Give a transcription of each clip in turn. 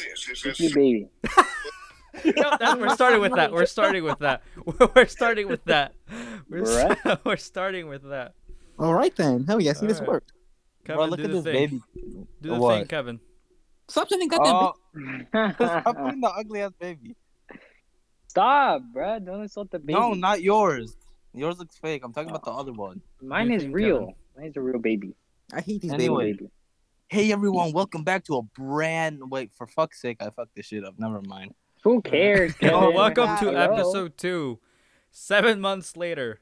It's your baby. no, that, we're starting with that. We're starting with that. We're starting with that. We're, s- we're starting with that. All right then. Hell yeah, see this Alright. worked. Kevin, look do at the this thing. baby. Do the What? thing, Kevin. Stop sending goddamn. Oh, stop putting the ugly ass baby. Stop, bruh. Don't insult the baby. No, not yours. Yours looks fake. I'm talking about the other one. Mine You is think, real. Kevin? Mine's a real baby. I hate these Anyway. babies. Baby. Hey everyone, welcome back to a brand. Wait, for fuck's sake, I fucked this shit up. Never mind. Who cares, Kevin? Oh, welcome to Hello. episode two. Seven months later,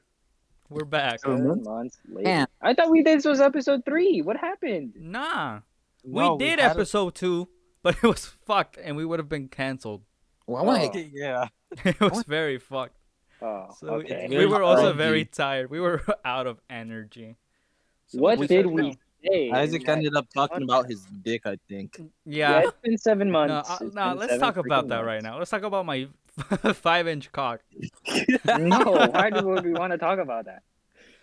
we're back. Oh. Seven months later. Damn. I thought we did this was episode three. What happened? Nah, No, we did had a- episode two, but it was fucked, and we would have been canceled. Well, I want uh, to Oh. Yeah. It was very fucked. Oh, So it- okay. we were also Energy. very tired. We were out of energy. So what we- did we say? Isaac Yeah, ended up talking about his dick, I think. Yeah. it's been seven No, months. I- It's no, been let's seven talk about freaking that right months. now. Let's talk about my five-inch cock. no, why do would we want to talk about that?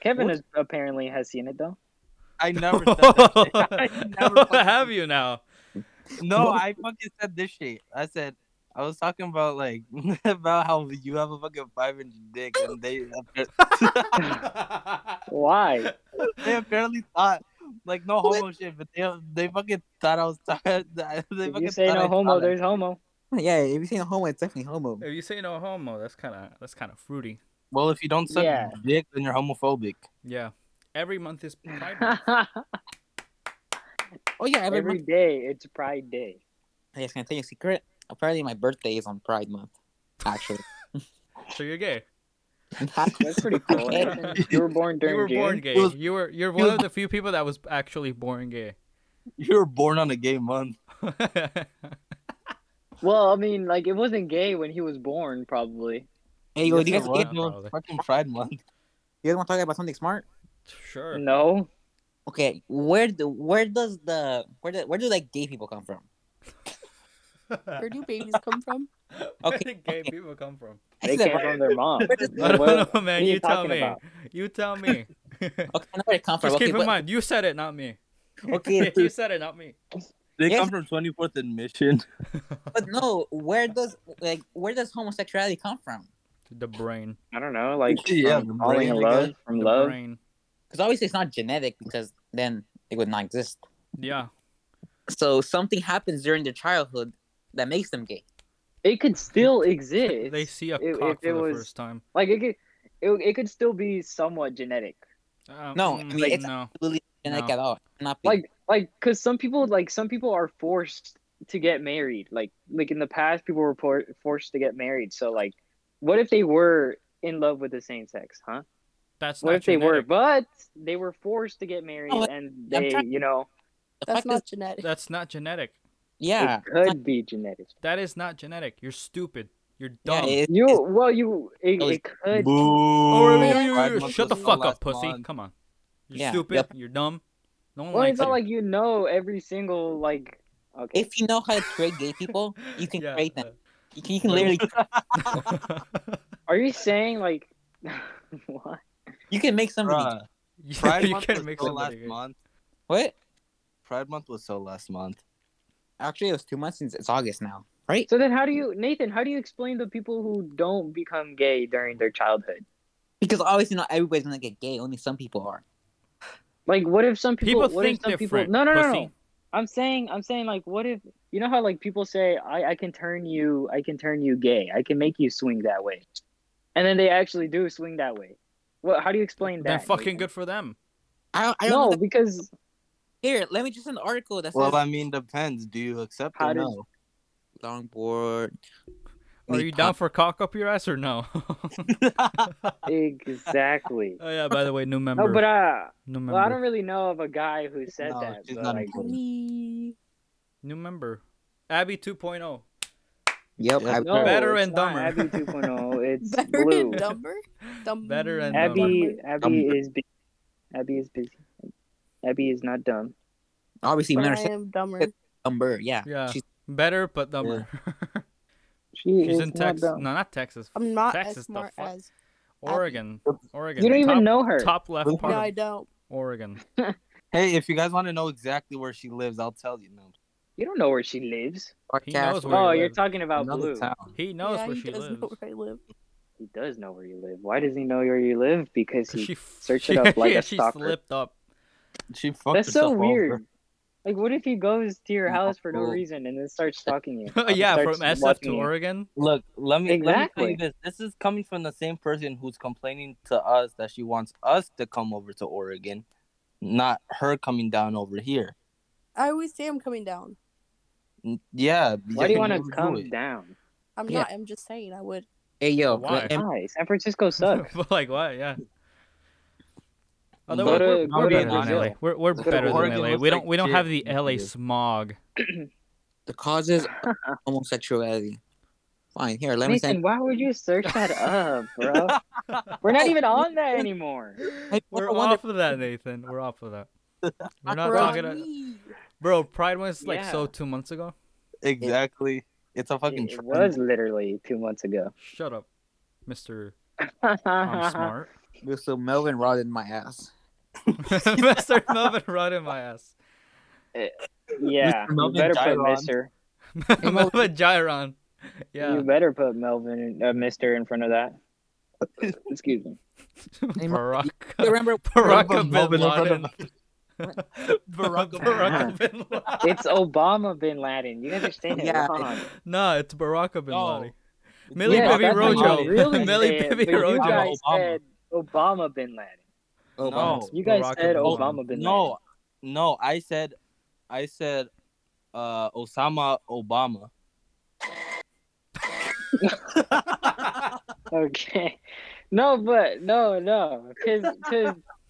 Kevin is, apparently has seen it though. I never said that shit. I never fucking- have you now? No, I fucking said this shit. I said I was talking about like about how you have a fucking five inch dick and they Why? they apparently thought like no homo shit, but they they fucking thought I was tired. They If fucking you say thought I no homo, thought it. there's homo. Yeah, if you say homo, it's definitely homo. if you say no homo, that's kind of that's kind of fruity. Well, if you don't suck Yeah. dick, then you're homophobic. Yeah. Every month is Pride Month. Oh yeah, every, Every month. day it's Pride Day. Hey, can I tell you a secret? Apparently, my birthday is on Pride Month. Actually, so you're gay. That's pretty cool. Anderson. you were born during you were June. born gay. was- you were you're he one was- of the few people that was actually born gay. You were born on a gay month. Well, I mean, like it wasn't gay when he was born, probably. hey, yo, Yes, do you it guys, was. Yeah, you It was probably. fucking Pride Month. guys want to talk about something smart? sure. No, Okay, where do where does the where do where do like gay people come from? Where do babies come from? Where Okay, did gay okay. people come from? I they see that- came from their mom. Where does- I don't What- know, man. are you You tell talking me. about? You tell me. Okay, I know where it comes from. Just Okay, keep in but- mind, you said it, not me. okay, you dude, said it, not me. They Yes. come from 24th and Mission. but no, where does like where does homosexuality come from? The brain. I don't know, like Yeah, from the falling in brain, I love, guess. from The love. brain. Because obviously it's not genetic, because then it would not exist. Yeah. So something happens during their childhood that makes them gay. It could still exist. They see a if- cock if it for the was- first time. Like it could, it, it could still be somewhat genetic. Uh, No, I mm, mean, it's- no. Genetic No. at all. Not be- Like like because some people like some people are forced to get married. Like like in the past, people were por- forced to get married. So like, what if they were in love with the same sex, huh? That's What not if they were, genetic. but they were forced to get married, Oh, and they, trying- you know, the That's fact is- not genetic. That's not genetic. yeah. it could be genetic. That is not genetic. You're stupid. You're Yeah, dumb. it- You it's- well, you it, That was- it could. Oh, wait, Boo. wait, wait, wait, Pride wait, Month Shut the was fuck up, last pussy. month. Come on. You're Yeah, stupid. yep. You're dumb. No one Well, likes it's not you. like you know every single like. Okay. if you know how to create gay people, you can Yeah, create them. You can, you can literally uh, Are you saying like? what? you can make somebody Bruh, you- Pride you Month can was make so last somebody gay. month. what? Pride Month was so last month. Actually, it was two months since it's August now, right? So then, how do you, Nathan? How do you explain the people who don't become gay during their childhood? Because obviously not everybody's gonna get gay. Only some people are. Like, what if some people? People what think if some different. People, no, no, no, pussy. no. I'm saying, I'm saying, like, what if you know how like people say, I, I can turn you, I can turn you gay, I can make you swing that way, and then they actually do swing that way. Well, how do you explain Then that? fucking Nathan? good for them. I don't, I don't know. No, That. because Here, let me just an article that says Well, I mean, depends. Do you accept How or did- no? longboard. Are meat you down pie. for cock up your ass or no? exactly. oh yeah. By the way, new member. no, but uh, new member. well, I don't really know of a guy who said No, that. she's but, not like, important. New member. Abby oh. 2.0. Yep. Yeah. I, no, Better it's and not dumber. Abby 2.0. It's Better blue. and dumber. Dumb. Better and Abby, Abby Dumber. is busy. Abby is busy. Abby is not dumb. obviously, But men are I am dumber. number. Yeah. Yeah. She's, Better but dumber. She She's is in not Texas. No, dumb. not Texas. I'm not Texas the as smart fuck- as. Oregon. Oregon. You don't top, even know her. Top left No, part No, I of don't. Oregon. Hey, if you guys want to know exactly where she lives, I'll tell you. No. You don't know where she lives. He knows where oh, you you're live. talking about Blue. He knows yeah, where he she does lives. know where I live. He does know where you live. Why does he know where you live? Because 'Cause he she search it up like yeah, a she stalker. slipped up. She fucked That's so herself weird. over. Like, what if he goes to your No. house for no reason and then starts stalking you? And yeah, starts from SF watching to you? Oregon. Look, let me let Exactly. me tell you this. This is coming from the same person who's complaining to us that she wants us to come over to Oregon, not her coming down over here. I always say I'm coming down. N- Yeah. Why do you can want to never do come it. down? I'm Yeah. not. I'm just saying I would. Hey yo, Why? and- Why? San Francisco sucks. but like what? Yeah. Although Go we're, to- go we're, we're to better than Brazil. LA. We're, we're Go to better than Oregon, LA. looks We don't like we don't shit. have the LA smog. the causes of homosexuality. Fine, here, let me Nathan, send. why would you search that up, bro? We're not even on that anymore. We're I wonder- off of that, Nathan. We're off of that. We're not Bro, talking. a- me. Bro, Pride was like so Yeah. two months ago. Exactly. It's a fucking It trend. was literally two months ago. Shut up, Mister. I'm smart. So Melvin rotted my ass. Mister Melvin Rudd in my ass. yeah, you Melvin better put Gyron. Mister. Melvin Gyron. You Yeah. better put Melvin uh, Mister in front of that. Excuse me. Barack. You remember? Barack Remember bin Melvin Rudd Laden. Barack Barack Barack bin Laden. It's Obama bin Laden. You understand? Yeah. Ron. Nah, it's Barack bin Laden. Millie Yeah, Bobby that's how you Rojo. Really Millie say it, Bobby but you Rojo. guys Obama. said Obama bin Laden. Oh, No. wow. You guys Barack said Obama. Obama bin No, no, I said, I said, uh, Osama Obama. Laden. Okay. No, but no, no, because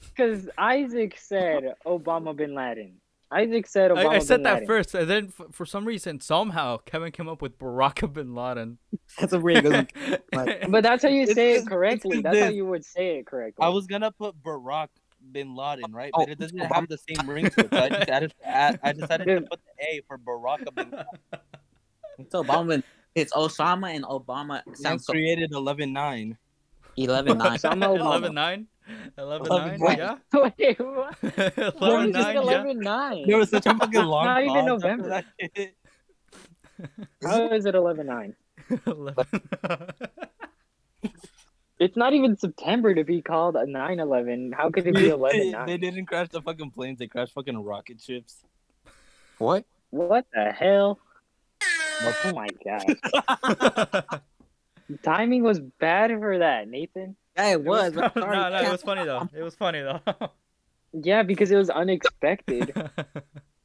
because Isaac said Obama bin Laden. Isaac said Obama I, I said bin that Laden. first, and then f- for some reason, somehow, Kevin came up with Barack bin Laden. That's a really good one. But that's how you It's say just- it correctly. it's That's how this. you would say it correctly. I was gonna put Barack Bin Laden, right? Oh, but it doesn't have the same ring to it. So I, just added, I, I decided to Dude. put the A for Barack Bin Laden. It's Obama. It's Osama and Obama. I Sounds so created 11-9. 11 9. Osama Obama. 11 9? 11 9? 11, nine. Yeah? Wait, what? 11 What was 9? Yeah. 11 9? There was such a fucking long Not even pause November. after that shit. How is it 11 9? 11 It's not even September to be called a 9 11. How could it be 11 they 9? didn't crash the fucking planes. They crashed fucking rocket ships. What? What the hell? Oh my god. Timing was bad for that, Nathan. Yeah, it was. no, but sorry, no, it can't- was funny though. It was funny though. Yeah, because it was unexpected.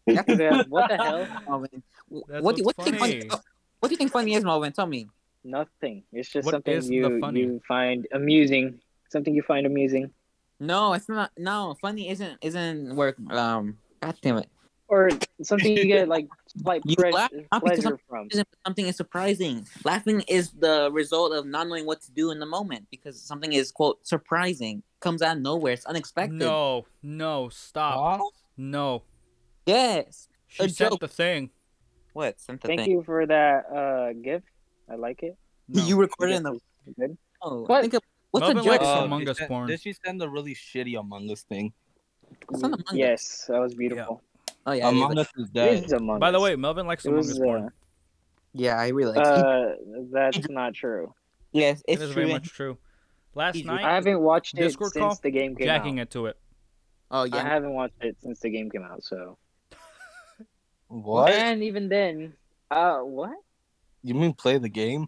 Yeah, what the hell? Melvin. That's What, do- what, what's do you think funny, funny. what do you think funny is, Melvin? Tell me. Nothing. It's just What something is the you funny? you find amusing. Something you find amusing. No, it's not. No, funny isn't isn't work. Um, God damn it. Or something you get like slight You pre- laugh not because pleasure from. Isn't something is surprising. Laughing is the result of not knowing what to do in the moment because something is quote surprising, comes out of nowhere, it's unexpected. no, no, stop. Huh? No. Yes. She A said joke. the thing. What? Something. Thank you for that uh gift. I like it. No. You recorded in the. Good. Oh, What? Think of, what's Melvin a joke? likes Uh, Among did Us she- porn. Did she send the really shitty Among Us thing? It's not Among Us. yes, that was beautiful. oh yeah. I Among really- Us is It dead. is Among By the Us. way, Melvin likes It Among was, Us porn. uh, Yeah, I really like. it. Uh, that's not true. yes, It it's is true. very much true. Last He's- night, I haven't watched it Discord since call? the game came jacking out. it to it. oh I yeah. haven't watched it since the game came out. So What? and even then, uh, what? You mean play the game?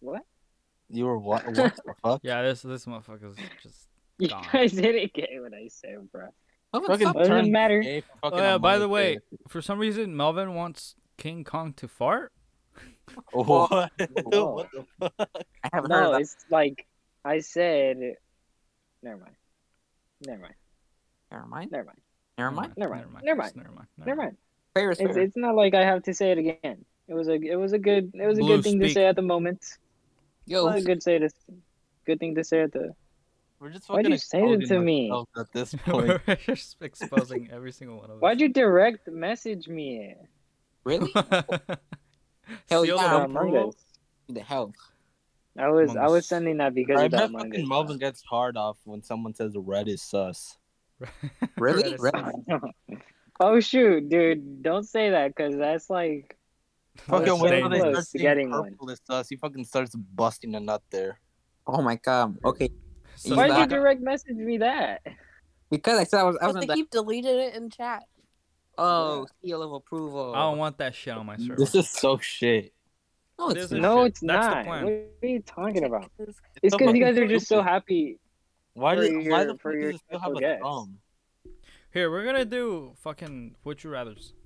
What? You were what? What the fuck? Yeah, this this motherfucker's just. You Gone. guys didn't get what I said, bro. Melvin, Fucking stop. Doesn't Turn- matter. Hey, for Oh fucking yeah. By Among the Us way, Day. for some reason, Melvin wants King Kong to fart. What? Whoa. What the fuck? I haven't heard No, about. it's like I said. Never mind. Never mind. Never mind. Never mind. Never mind. Never mind, never mind, Never mind. Never mind. Fair is It's, fair. it's not like I have to say it again. It was a it was a good it was a Blue, good thing to speak. say at the moment. It Yo, was a good say to good thing to say at the We're just Why'd fucking you say that to exposing me? ourselves At this point, We're just exposing every single one of us. Why'd you direct message me? really? Seal Hell yeah, the Uh, Among approval. Us. Who the hell? I was Among I was Us. sending that because I of that bet Among fucking Us. Melvin gets hard off when someone says red is sus. Really? Red is Really? fine. Oh shoot, dude! Don't say that because that's like Fucking That's wait till they dangerous. start To seeing getting one. purple as us. He fucking starts busting a nut there. Oh my god. Okay. So why Why'd did that- you direct message me that? Because I said I was I was gonna But they die. keep deleting it in chat. Oh, seal of approval. I don't want that shit on my server. This is so shit. no, this it's is- not. No, shit. it's That's the not. plan. What are you talking about? It's- It's the because you fucking guys are just so Bluetooth. happy. Why, For does, why your- the for fuck your does it still have special a guest. thumb? Here, we're gonna do fucking would you rather's.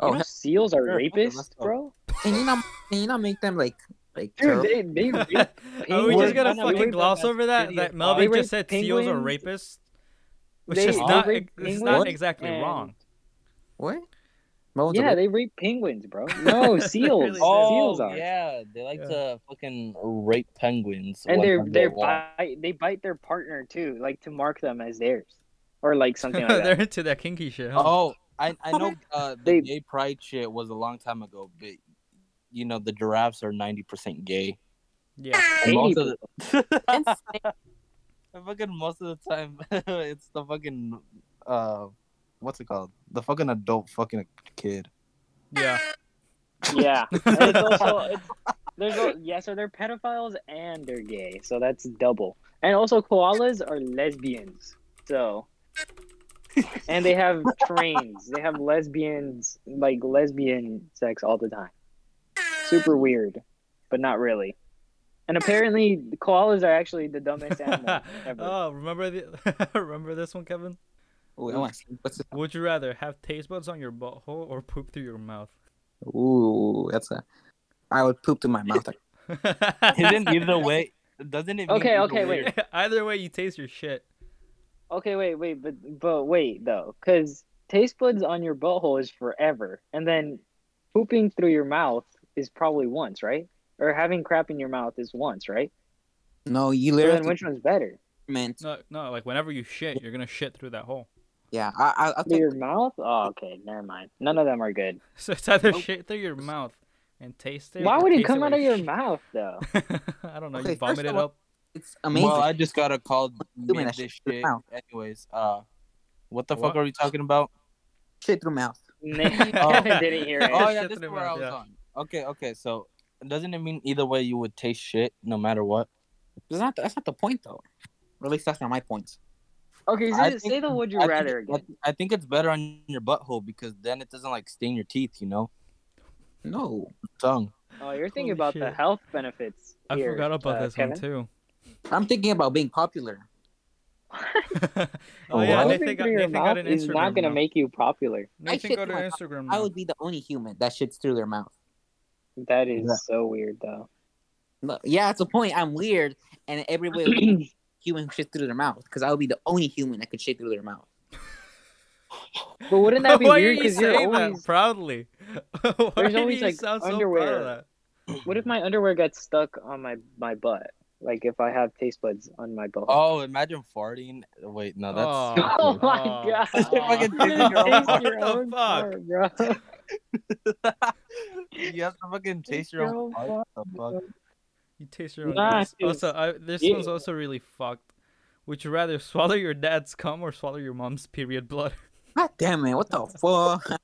Oh, Oh, you know, seals are Sure, fuck it, let's rapists, go. bro. Can you not can you not make them like like Dude, terrible? they they rape, Are we Penguin- just gonna no, we fucking rape gloss them as over that? idiot That dogs. They Melvin just rape said seals are penguins. rapists, which They- is they not rape it's not penguins exactly and- wrong. what? Well, the- yeah, they rape penguins, bro. No, seals. really seals Oh are. yeah, they like Yeah. to fucking rape penguins. And when they're penguins they're walk. bite, they bite their partner too, like to mark them as theirs, or like something like They're that. into that kinky shit. Huh? Oh, I I know uh, the They- gay pride shit was a long time ago, but you know the giraffes are ninety percent gay. Yeah. And most of And the snake. fucking most of the time, it's the fucking uh, what's it called? The fucking adult fucking kid. Yeah. yeah, and it's also it's, there's a, yeah, so they're pedophiles and they're gay, so that's double. And also koalas are lesbians, so and they have trains. They have lesbians like lesbian sex all the time. Super weird, but not really. And apparently, koalas are actually the dumbest animal ever. oh, remember the remember this one, Kevin? Ooh, I wanna see what's it- Would you rather have taste buds on your butthole or poop through your mouth? Ooh, that's a. I would poop to my mouth. Isn't either way? Doesn't it? mean Okay, either okay, way? wait. Either way, you taste your shit. Okay, wait, wait, but but wait though, because taste buds on your butthole is forever, and then pooping through your mouth is probably once, right? Or having crap in your mouth is once, right? No, you So literally then which one's better? meant. No, no, like whenever you shit, you're gonna shit through that hole. Yeah, I, I, I'll Through take. your mouth? Oh, okay, never mind. None of them are good. So it's either Nope. shit through your mouth and taste it. Why or would it taste come out with of your mouth though? I don't know. Okay, you first vomit of it all- up. It's amazing. Well, I just gotta call doing mid that shit this to the shit. mouth. Anyways, uh, what the What? fuck are we talking about? Shit through mouth. I didn't hear it. Oh shit yeah, to this the is where I mouth, was yeah. on. Okay, okay. So doesn't it mean either way you would taste shit no matter what? That's not. That's not the point, though. Or at least that's not my point. Okay, I say, think- say the would you I think- rather I, again. th- I think it's better on your butthole because then it doesn't like stain your teeth, you know, No, tongue. Oh, you're thinking Holy about the shit. health benefits. I here, forgot about uh, this Kevin. one too. I'm thinking about being popular. oh yeah, Nathan What? Pooping got, through your Nathan got mouth an is Instagram. not gonna now. make you popular. Nathan shit got an through my mouth. Instagram. I now. would be the only human that shits through their mouth. That is Yeah. so weird though. No, yeah, it's a point. I'm weird, and everybody would be human who shit through their mouth because I would be the only human that could shit through their mouth. But wouldn't that be Why weird? are you Because you're saying always. that proudly? Why There's do always, you like, sound so proud underwear. of that? What if my underwear got stuck on my my butt? Like if I have taste buds on my butt. Oh, imagine farting. Wait, no, that's. Oh. Oh my Oh. god! Just You fucking taste your own taste your fart. own What fart, bro. you have to fucking taste Taste your your own. own fart. The fuck? You taste your own. Nah, ass. dude. also, I, this Yeah. one's also really fucked. Would you rather swallow your dad's cum or swallow your mom's period blood? God damn it! What the fuck?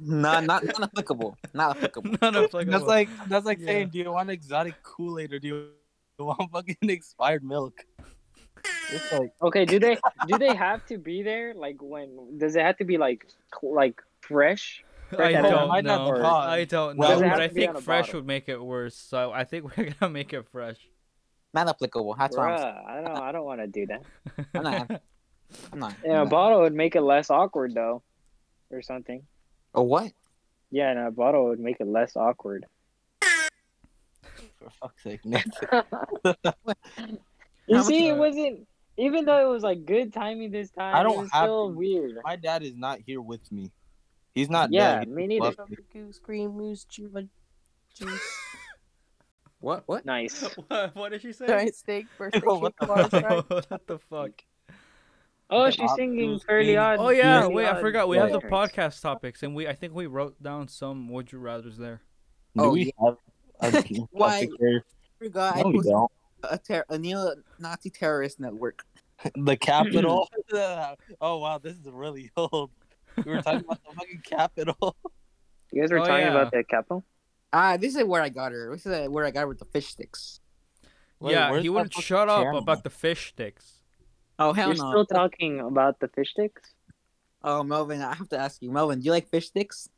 no, not not applicable. Not applicable. Not applicable. That's like that's like Yeah. saying, do you want exotic Kool Aid or do you want fucking expired milk? It's like Okay, do they do they have to be there? Like when does it have to be like cl- like fresh? I that don't out. Might not know. be hard. I don't Well, know, it has but I to be on think a fresh bottle. would make it worse. So I think we're gonna make it fresh. Not applicable. That's why I'm, Bruh, I don't I don't want to do that. I'm not. I'm not. In a bottle would make it less awkward though, or something. Or what? Yeah, in a bottle would make it less awkward. for fuck's sake, Nick. You How see, it much- wasn't even though it was like good timing this time. I don't it was have still to. weird. My dad is not here with me. He's not Yeah, dead. me neither. Fuck. Goose, green moose, Java juice, What? What? Nice. what, what did she say? giant steak, birthday Yo, what cake, the water slide. what the fuck? Oh, The she's singing Octo's Curly theme. Odd. Oh yeah, Curly wait, I Odd forgot. We have the lyrics. podcast topics, and we I think we wrote down some would you rather's there. Do Oh, we have a Why? topic here? I forgot. I No, we posted don't. a, ter- a neo-Nazi terrorist network. the capital. oh wow, this is really old. We were talking about the fucking capital. You guys were Oh, talking yeah. about the capital? Ah, this is where I got her. This is uh, where I got her with the fish sticks. Wait, yeah, where's he that wouldn't fucking shut up channel? about the fish sticks. Oh hell You're no! still talking about the fish sticks? Oh Melvin, I have to ask you, Melvin, do you like fish sticks?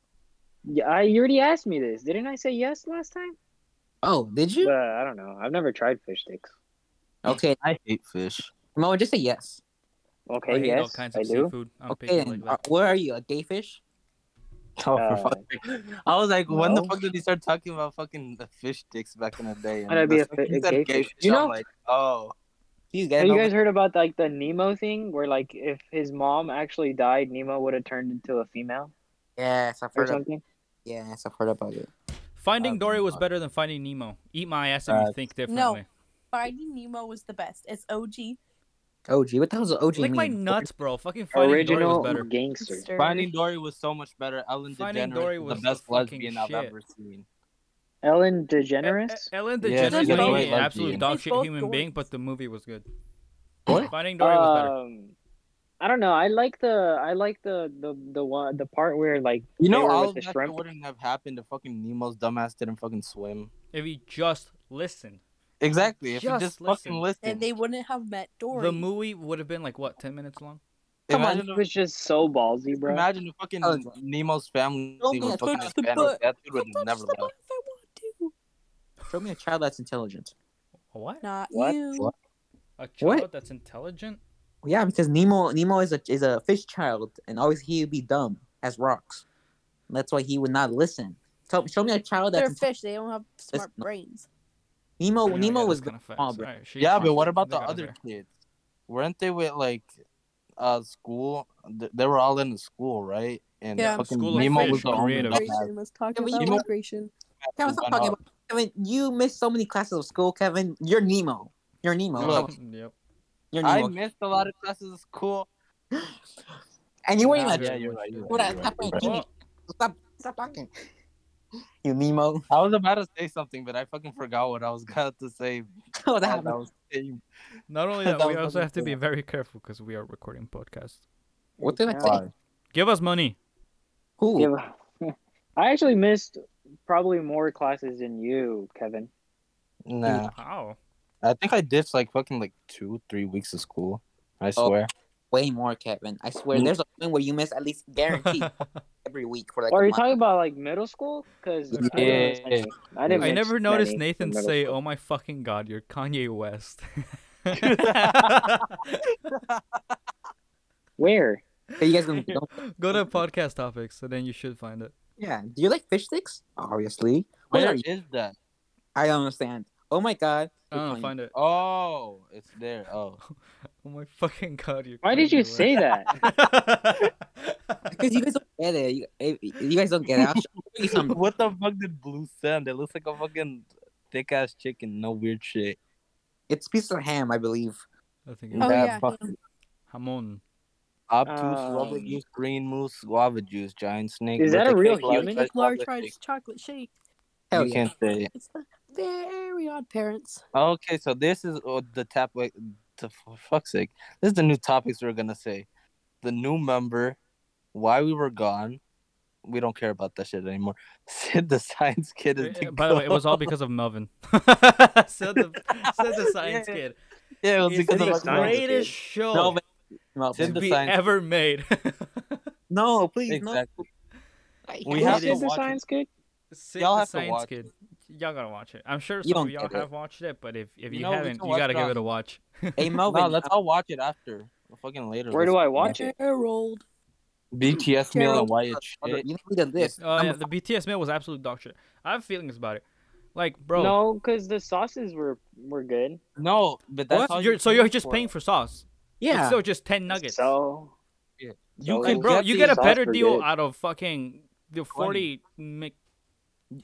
Yeah, I, you already asked me this. Didn't I say yes last time? Oh, did But you? I don't know. I've never tried fish sticks. Okay, I hate fish. Melvin, just say yes. Okay, I hate yes, Oh, all kinds of I do. seafood. I'm Okay, picky then, like uh, that. where are you? A gay fish? Oh, Uh, for fuck's sake. I was like, when the no. fuck did he start talking about fucking the fish sticks back in the day? I'd be the a fi- second he a said gay gay fish. fish, You I'm know- like, oh, You Have guys, you know- guys heard about like the Nemo thing, where like if his mom actually died, Nemo would have turned into a female Yes, I've or heard. Of, something? yes, I've heard about it. Finding I've Dory been was fucked. better than Finding Nemo. Eat my ass if you Facts. think No. differently. Finding Nemo was the best. It's OG. OG, what the hell's OG Like mean? my nuts, bro. Fucking Finding Dory Original was better. gangster. Finding Dory was so much better. Ellen Finding DeGeneres Dory was was the best the fucking lesbian I've shit. ever seen. Ellen E- DeGeneres. E- Ellen Yeah, DeGeneres they yeah, both made an love absolute you. dog They shit both human dogs. being, but the movie was good. What? Finding Dory was better. Um, I don't know. I like the I like the the the one the part where like they You know, were all with of the that shit shrimp. wouldn't have happened if fucking Nemo's dumbass didn't fucking swim. If you just listened, Exactly. If Just you just fucking And listened. they wouldn't have met Dory. the movie would have been like what, ten minutes long? Come on, imagine, he if, was just so ballsy, bro. imagine if fucking Oh, Nemo's family Don't was touch fucking the Hispanic. butt. That dude I'll would touch have never the left. button if I want Show me a child that's intelligent. What? to. Not What? you. What? A What? child that's intelligent? Yeah, because Nemo Nemo is a is a fish child, and always he would be dumb as rocks. That's why he would not listen. Tell, show me a child They're that's fish. They don't have smart brains. Nemo. Yeah, Oh, Nemo yeah, was that's kind kinda facts. small, bro. Alright, she- Yeah, she- but what I about the think I was other there. kids? Weren't they with like uh school? Th- They were all in the school, right? And Yeah. fucking School of Nemo Fish, was the only creative. dumbass. Migration was talking Can we- about Nemo- migration. Kevin, who stop went talking up. about Kevin. You missed so many classes of school, Kevin. You're Nemo. You're Nemo. Look. Come on, Yep. You're I Nemo. missed a lot of classes of school. and you weren't Yeah, even. yeah, a you're right, you're What right, happened? Well, Stop, stop talking. You Nemo. I was about to say something, but I fucking forgot what I was about to say. what As I Oh, happened? was saying. Not only That that, we was also fucking have to be cool. very careful because we are recording podcasts. What did I Yeah. say? Give us money. Who? Yeah. I actually missed probably more classes than you, Kevin. Nah, How? I think I ditched like fucking like two, three weeks of school. I Oh, swear. Way more, Kevin. I swear. Mm. There's a point where you miss at least guaranteed every week for like. Or a are you month. talking about like middle school? Because Yeah. I, didn't I miss never noticed many Nathan in middle say, school. "Oh my fucking god, you're Kanye West." Where? Are you guys gonna don't, Go to podcast topics, so then you should find it. yeah. Do you like fish sticks? Obviously. Where Where are you? is that? I don't understand. Oh my god. I You're don't know, Kanye. find it. Oh, it's there. Oh, Oh my fucking god, you're. Why did you say that? Because you guys don't get it. You, eh, you guys don't get it. I'll show you something. what the fuck did blue sound? It looks like a fucking thick ass chicken. No weird shit. It's piece of ham, I believe. I think Oh, it That yeah. fucking Hamon. obtuse Um, rubber juice, green moose, guava juice, giant snake. Is that with a real cake, large human? size Large chocolate rice chocolate shake. cake. Hell You yeah. can't say. It's the very odd parents. Okay, so this is oh, the tap. Wait, the for fuck's sake, this is the new topics we're gonna say. The new member, why we were gone. We don't care about that shit anymore. Sid the science kid is. Eh, eh, By the way, it was all because of Melvin. said the said the science Yeah. kid. yeah, it was It's because the of the us. science kid. greatest show No, but- no, Did to the be science- ever made. no, please, Exactly. no. I We Who hate have it. did to the watch it. science kid? Sid Y'all the have to Science watch Kid. Y'all gotta watch it. I'm sure You some don't of y'all get it. have watched it, but if if you, You know, we haven't, can you watch gotta it give on- it a watch. Hey Melvin, No, let's uh, all watch it after. Fucking later. Where do I watch it? Gerald. BTS meal and Gerald. why it's brother, shit. you need a list. Oh yeah, Number the BTS meal was absolute dog shit. I have feelings about it. Like, bro, No, because the sauces were were good. No, but that's what? all You're, so you're just paying for sauce. It's yeah, still just ten nuggets. So You So can, and bro, get you the get a sauce better for deal good. out of fucking the forty. Mc...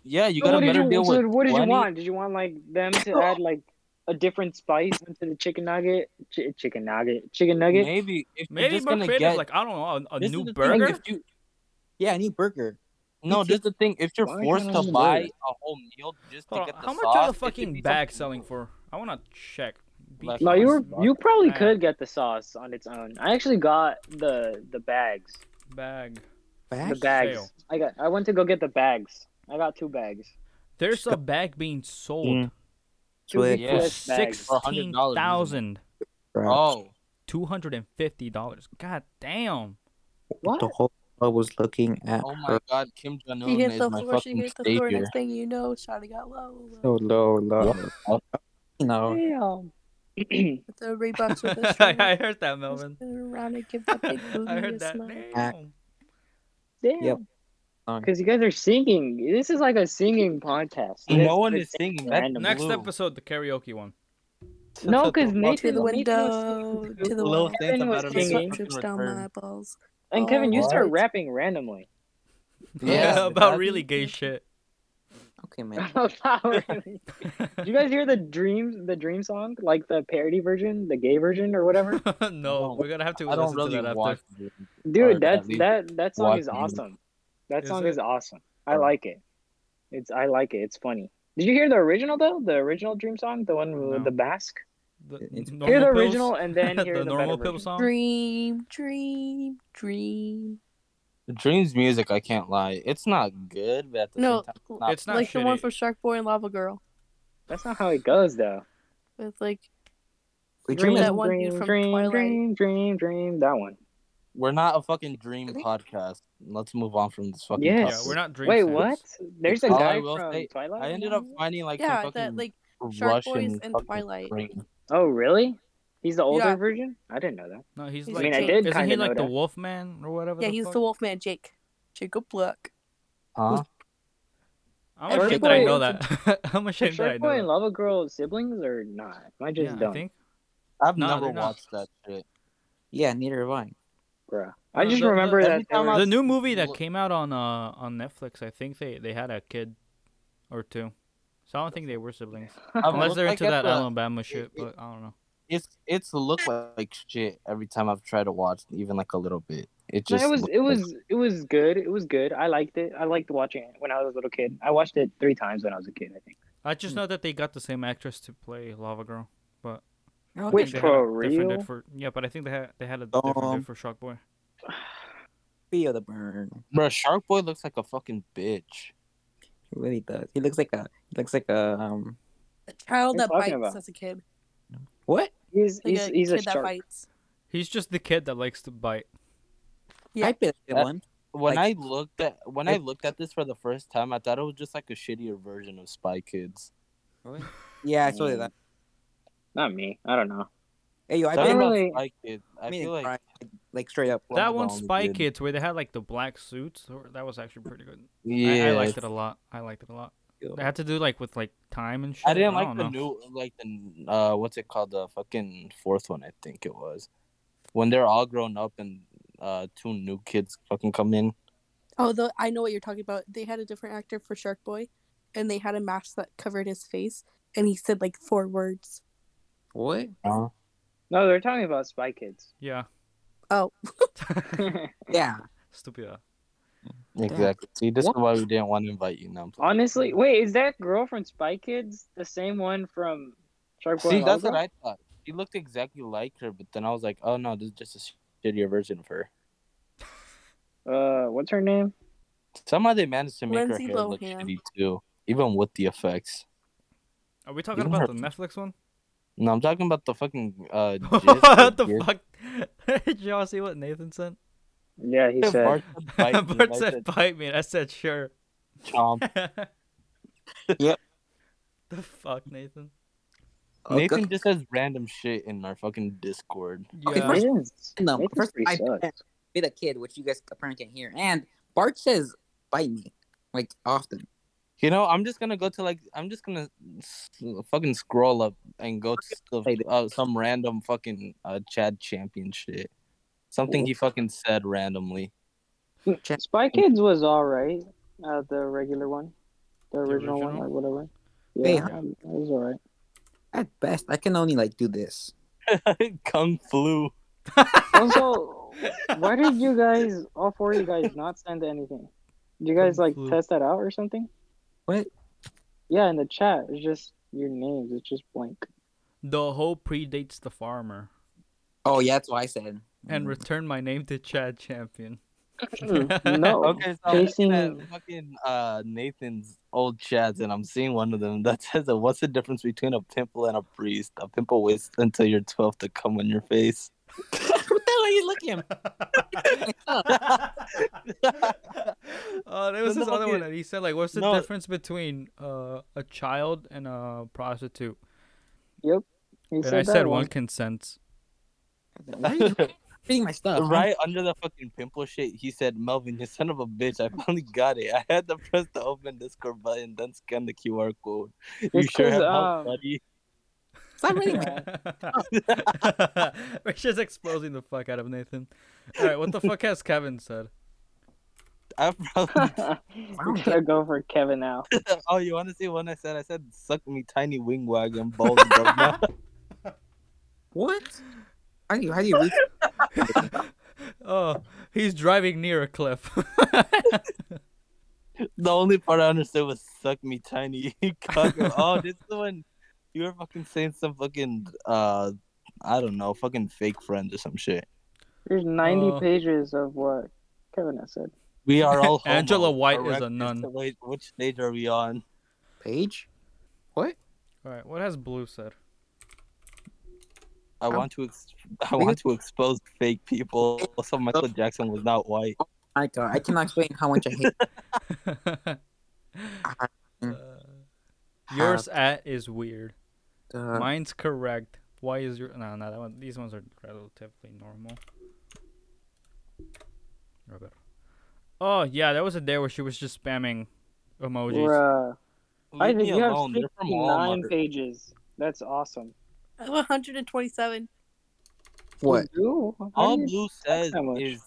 Yeah, you So got what did a better you, deal so with. what did you 20. want? Did you want like them to add like a different spice into the chicken nugget? Ch- chicken nugget, chicken nugget. Maybe if you're Maybe just more gonna creative, get like I don't know, a, a This is new the thing, burger. if you- yeah. I need burger. no, this is the thing. If you're Why forced can't I to do buy it? a whole meal just to Hold get on, the how much sauce, are the it should be fucking something bags selling cool. for? I wanna check. beach No, you house were you probably bag. could get the sauce on its own. I actually got the the bags. bag. The Back? bags. sale. I got. I went to go get the bags. I got two bags. There's a bag being sold Mm. Two Sweet. big Yeah. Swiss bags. For $100, isn't sixteen it? thousand Oh, two hundred and fifty dollars. God damn. What? The whole club was looking at oh my her. God, Kim Jong She Un hit is the my floor. She fucking hit the floor. savior. Next thing you know, Shotty got low. So low, low. You know, Damn. With the Reeboks with the I, I string. heard that, Just Melvin. spin around and give that big booty I a heard that. smack. Damn. Damn. Yep. Song. Because you guys are singing. This is like a singing podcast. You guys no one just is sing singing. That's randomly. Next blue. episode, the karaoke one. No, 'cause To Nathan- the Little window, things- to the little window. things Kevin about was him This singing. one in drips fucking down my return. eyeballs. And Kevin, you What? start rapping randomly. Yeah, about that- really gay shit. Okay, man. Not really. Did you guys hear the dream, the dream song, like the parody version, the gay version, or whatever? no, No, we're gonna have to I listen don't to really that watch. after. it. Oh, Or Dude, at that least that that song is watch me. awesome. That Is song it? Oh. is awesome. I Alright. like it. It's I like it. It's funny. Did you hear the original though? The original dream song, the one with No. the Basque. The It's- normal hear the pills? original and then hear the, the, normal better pill version. song. Dream, dream, dream. Dreams music, I can't lie. It's not good, but at the No, same time, l- not- It's not like the one shitty. from Shark Boy and Lava Girl. That's not how it goes though. It's like Would Dream you that one dude dream, from dream, Twilight. dream, dream, dream, that one. we're not a fucking dream podcast. Let's move on from this fucking. Yeah, Yeah, topic. we're not dream Wait, fans. what? There's a All Oh, I guy will from say, Twilight. I in ending that up one? finding like some yeah, fucking that like Shark Russian Boys and fucking Twilight. dream. Oh, really? He's the older Yeah. version? I didn't know that. No, he's I like. mean, I the- did Isn't he kinda know like the that. wolf man or whatever? Yeah, the he's fuck? the Wolfman, Jake. Jacob Black. Huh? How much Shark shit did I Boy- know that? How much Are shit did I Shark Boy and know? Lava Girl siblings or not? I that? just Yeah, I don't, think. I've No, never they're not. watched that shit. Yeah, neither have I. bruh. I No, just the- the- remember every that. they time were- I- The new movie that Lo- came out on uh on Netflix, I think they they had a kid or two. So I don't think they were siblings, I've unless looked they're like into at that the- Alabama shit. But I don't know. It's it's looked like shit every time I've tried to watch, even like a little bit. It No, just it was looked it like- was it was good. It was good. I liked it. I liked watching it when I was a little kid. I watched it three times when I was a kid. I think. I just Hmm. know that they got the same actress to play Lava Girl, but I Wait, think they had for a different real? dude for yeah, but I think they had they had a different Um, dude for Shark Boy. Feel the burn. Bro, Shark Boy looks like a fucking bitch. He really does. He looks like a. He looks like a. Um. The child What are you that bites talking about? as a kid. What? He's Like he's, he's kid a that shark. bites. He's just the kid that likes to bite. Yeah. I bet that Uh, one. When Like- I looked at when I looked at this for the first time, I thought it was just like a shittier version of Spy Kids. Yeah, I saw Mm. that. Not me. I don't know. Hey, yo, I I bet. don't don't know. Like, really- Spy Kids. I feel like like, like straight up. One that of one, the only Spy good- Kids, where they had like the black suits, or, that was actually pretty good. I- yeah, I, liked it a lot. I liked it a lot. They had to do like with like time and shit. I didn't don't like the know. new, like the uh, what's it called, the fucking fourth one, I think it was, when they're all grown up and uh, two new kids fucking come in. Oh, the, I know what you're talking about. They had a different actor for Shark Boy, and they had a mask that covered his face, and he said like four words. What? Huh? No, they're talking about Spy Kids. Yeah. Oh. Yeah. Stupid. uh, Exactly. See, this is What? why we didn't want to invite you now. Honestly, wait, is that girl from Spy Kids the same one from Shark Boy? See, and that's Lava what I thought. She looked exactly like her, but then I was like, oh no, this is just a shittier version of her. Girl? Uh, what's her name? Somehow they managed to make Lindsay her hair look Lohan. shitty too, even with the effects. Are we talking Even about her- the Netflix one? No, I'm talking about the fucking uh. gist what of the it. fuck? Did y'all see what Nathan sent? Yeah, he said. Bart said bite me, and Bart I said said bite me, and I said sure. chomp. yep. The fuck, Nathan? Oh, Nathan good- just says random shit in our fucking Discord. Okay, Yeah. first- Nathan's- No, Nathan's first pretty I sucks. bit a kid, which you guys apparently can't hear. And Bart says, "Bite me," like often. You know, I'm just gonna go to like I'm just gonna s- fucking scroll up and go to Hey, the, uh, some random fucking uh, Chad champion shit. Something he fucking said randomly. Mm. Spy Kids was all right. Uh, the regular one, the original, one original? or whatever. Hey, Yeah, um, it was all right. At best, I can only like do this. Kung flu. Also, why did you guys, all four of you guys, not send anything? Did you guys like Flu. test that out or something? What? Yeah, in the chat, it's just your names. It's just blank. The hoe predates the farmer. Oh yeah, that's what I said. Mm. And return my name to Chad Champion. no. Hmm. Okay, so I'm Jason- looking at fucking uh, Nathan's old chats, and I'm seeing one of them that says, that, "What's the difference between a pimple and a priest? A pimple waits until you're 12 to come on your face." what the hell are you looking at? Oh, there was No, this other one okay. that he said like, "What's the No. difference between uh, a child and a prostitute?" He And I that said one consents. Why are you reading my stuff? right under the fucking pimple shit, he said, "Melvin, you son of a bitch! I finally got it. I had to press the open Discord button, then scan the QR code. You It's sure 'cause, have um, helped, buddy." Stop reading. my- We're just exposing the fuck out of Nathan. All right, what the fuck has Kevin said? I probably. I'm gonna go for Kevin now. oh, you want to see one I said? I said, "Suck me, tiny wing wagon, balls." dumb mouth." What? How do you? How do you read? Oh, he's driving near a cliff. The only part I understood was suck me tiny cock. oh, this is the one you were fucking saying some fucking uh I don't know, fucking fake friend or some shit. There's 90 Oh. pages of what Kevin has said. We are all homo, Angela White is correct? a nun. So Wait, which stage are we on? Page? All right, what has Blue said? I want to ex- I want to expose fake people. Also Michael Jackson was not white. I God, I cannot explain how much I hate. Uh, yours at is weird. Uh, Mine's correct. Why is your no no that one? These ones are relatively normal. Robert. Oh yeah, that was a day where she was just spamming emojis. Bruh. I Leave think me you have alone. They're from all 69 pages. That's awesome. I have 127. what? You do? How All do you- Blue says that much? is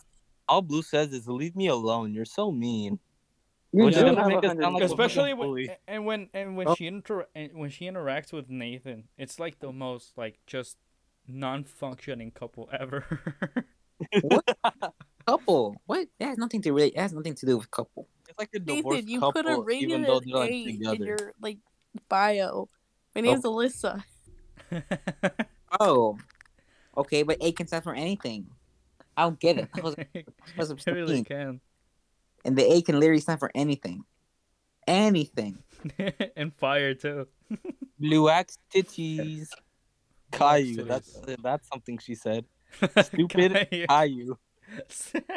all Blue says is leave me alone. You're so mean. you Which do doesn't have make us sound 100 like a especially fucking when bully. and when and when Oh. she inter and when she interacts with Nathan, it's like the most like just non-functioning couple ever. Couple? What? That has nothing to really. That has nothing to do with couple. It's like a divorced Nathan, you couple, put a even rated though they're like A in together. your like bio. My name's Alyssa. Oh, okay, but A can stand for anything. I don't get it. I was, it I was upset. really can. and the A can literally stand for anything, anything. and fire too. Blue axe titties. Caillou. titties. That's uh, that's something she said. Stupid. Caillou. Caillou.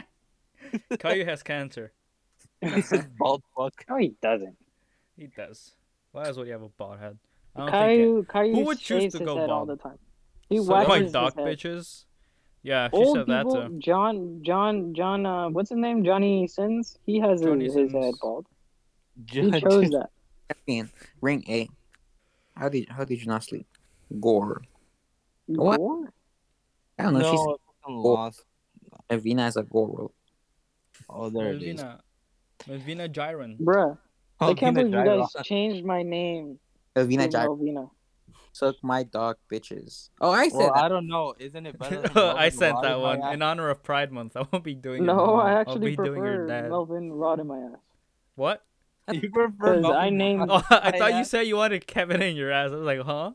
Caillou has cancer. Bald fuck. No, he doesn't. He does. Why is what you have a bald head? I don't think Caillou, Caillou Who would choose shaves to his go head all bald? the time. it. He So waxes that's like his doc head. bitches. Yeah, she Old said that people, too. John, John, John, uh, what's his name? Johnny Sins? He has his, Johnny his Sins. head bald. He Judge- chose that. Champion, ring A. How did how did you not sleep? Gore. What? Gore? I don't know. She's No, I fucking lost. Evina is a Goro. Oh, there it is. Oh, Melvina. Melvina Gyron. Bruh. Oh, I can't Melvina believe you guys Gyros. changed my name. Evina to Jai Melvina. took my dog bitches. Oh, I said Well, that. I don't know. Isn't it better? than I Melvin sent Rod that in my one ass? in honor of Pride Month. I won't be doing it. No, I will be actually doing your prefer dad. Melvin Rod in my ass. What? You prefer Because I Melvin named Oh, I I, thought uh, you said you wanted Kevin in your ass. I was like, huh? Rod?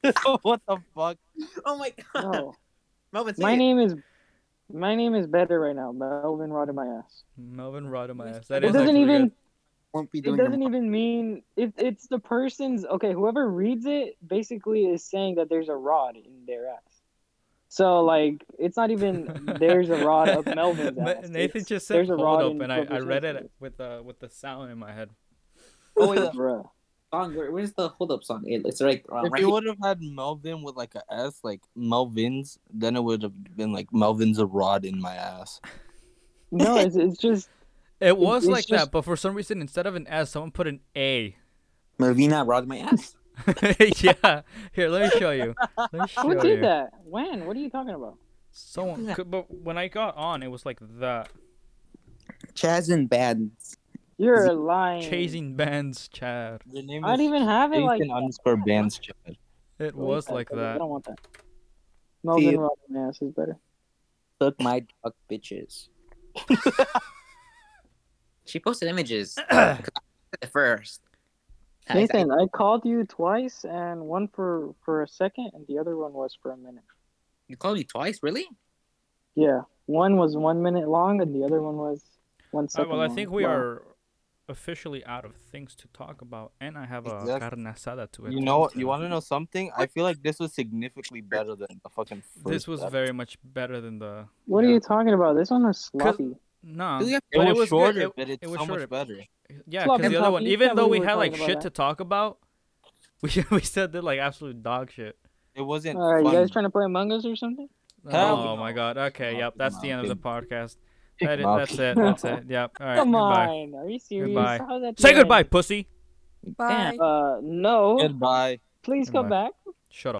what the fuck? Oh my god, no. Melvin, say My it. name is my name is better right now. Melvin Rod in my ass. Melvin Rod in my ass. It, That is doesn't actually even good. won't be it doing. Your... doesn't even mean it, it's the person's okay. Whoever reads it basically is saying that there's a rod in their ass. So like it's not even there's a rod of Melvin's Ma- ass. Nathan It's, just said there's a hold rod up, in and I, I Brooklyn read it Nine-Nine. with uh, with the sound in my head. Oh wait, the Bruh. song. Where, where's the hold up song? It, it's right. Uh, If right you would have had Melvin with like a S, like Melvin's, then it would have been like Melvin's a rod in my ass. No, it's, it's just It was it's like that, just- but for some reason, instead of an S, someone put an A. Melvina robbed my ass. yeah. Here, let me show you. Let me show who you. did that? When? What are you talking about? Someone, could, but when I got on, it was like that. Chaz and Bad. You're lying. Chasing bands, Chad. Your name I is didn't even have it Jason like underscore bands Chad. It Delete was like because I that. don't want that. Melvin Dude. Rod in my ass is better. Took my dog bitches. she posted images at first. I- I- Nathan, I called you twice, and one for for a second, and the other one was for a minute. you called me twice, really? Yeah, one was one minute long, and the other one was one All second. right, well, I long. think we Wow. are officially out of things to talk about, and I have a Exactly. carne asada to it. You know, you want to know something? I feel like this was significantly better than the fucking. First This was episode. very much better than the What are Yeah. you talking about? This one was 'Cause- sloppy. no. Do you have- It but was, it was good, shorter, it- but it's it was so shorter. much better. Yeah, Fuck, because and the other fuck, one, you even said though we we were had like talking about shit that. to talk about, we we said did like absolute dog shit. It wasn't. All right, you fun. guys trying to play Among Us or something? Hell Oh my no. god. Okay. Fuck Yep. That's the end of the nothing. podcast. That i- Fuck that's it. nothing. That's it. Yep. All right. Come goodbye. on, are you serious? Goodbye. How's that Say the end? goodbye, pussy. Bye. Uh, no. Goodbye. Please come Goodbye. back. Shut up.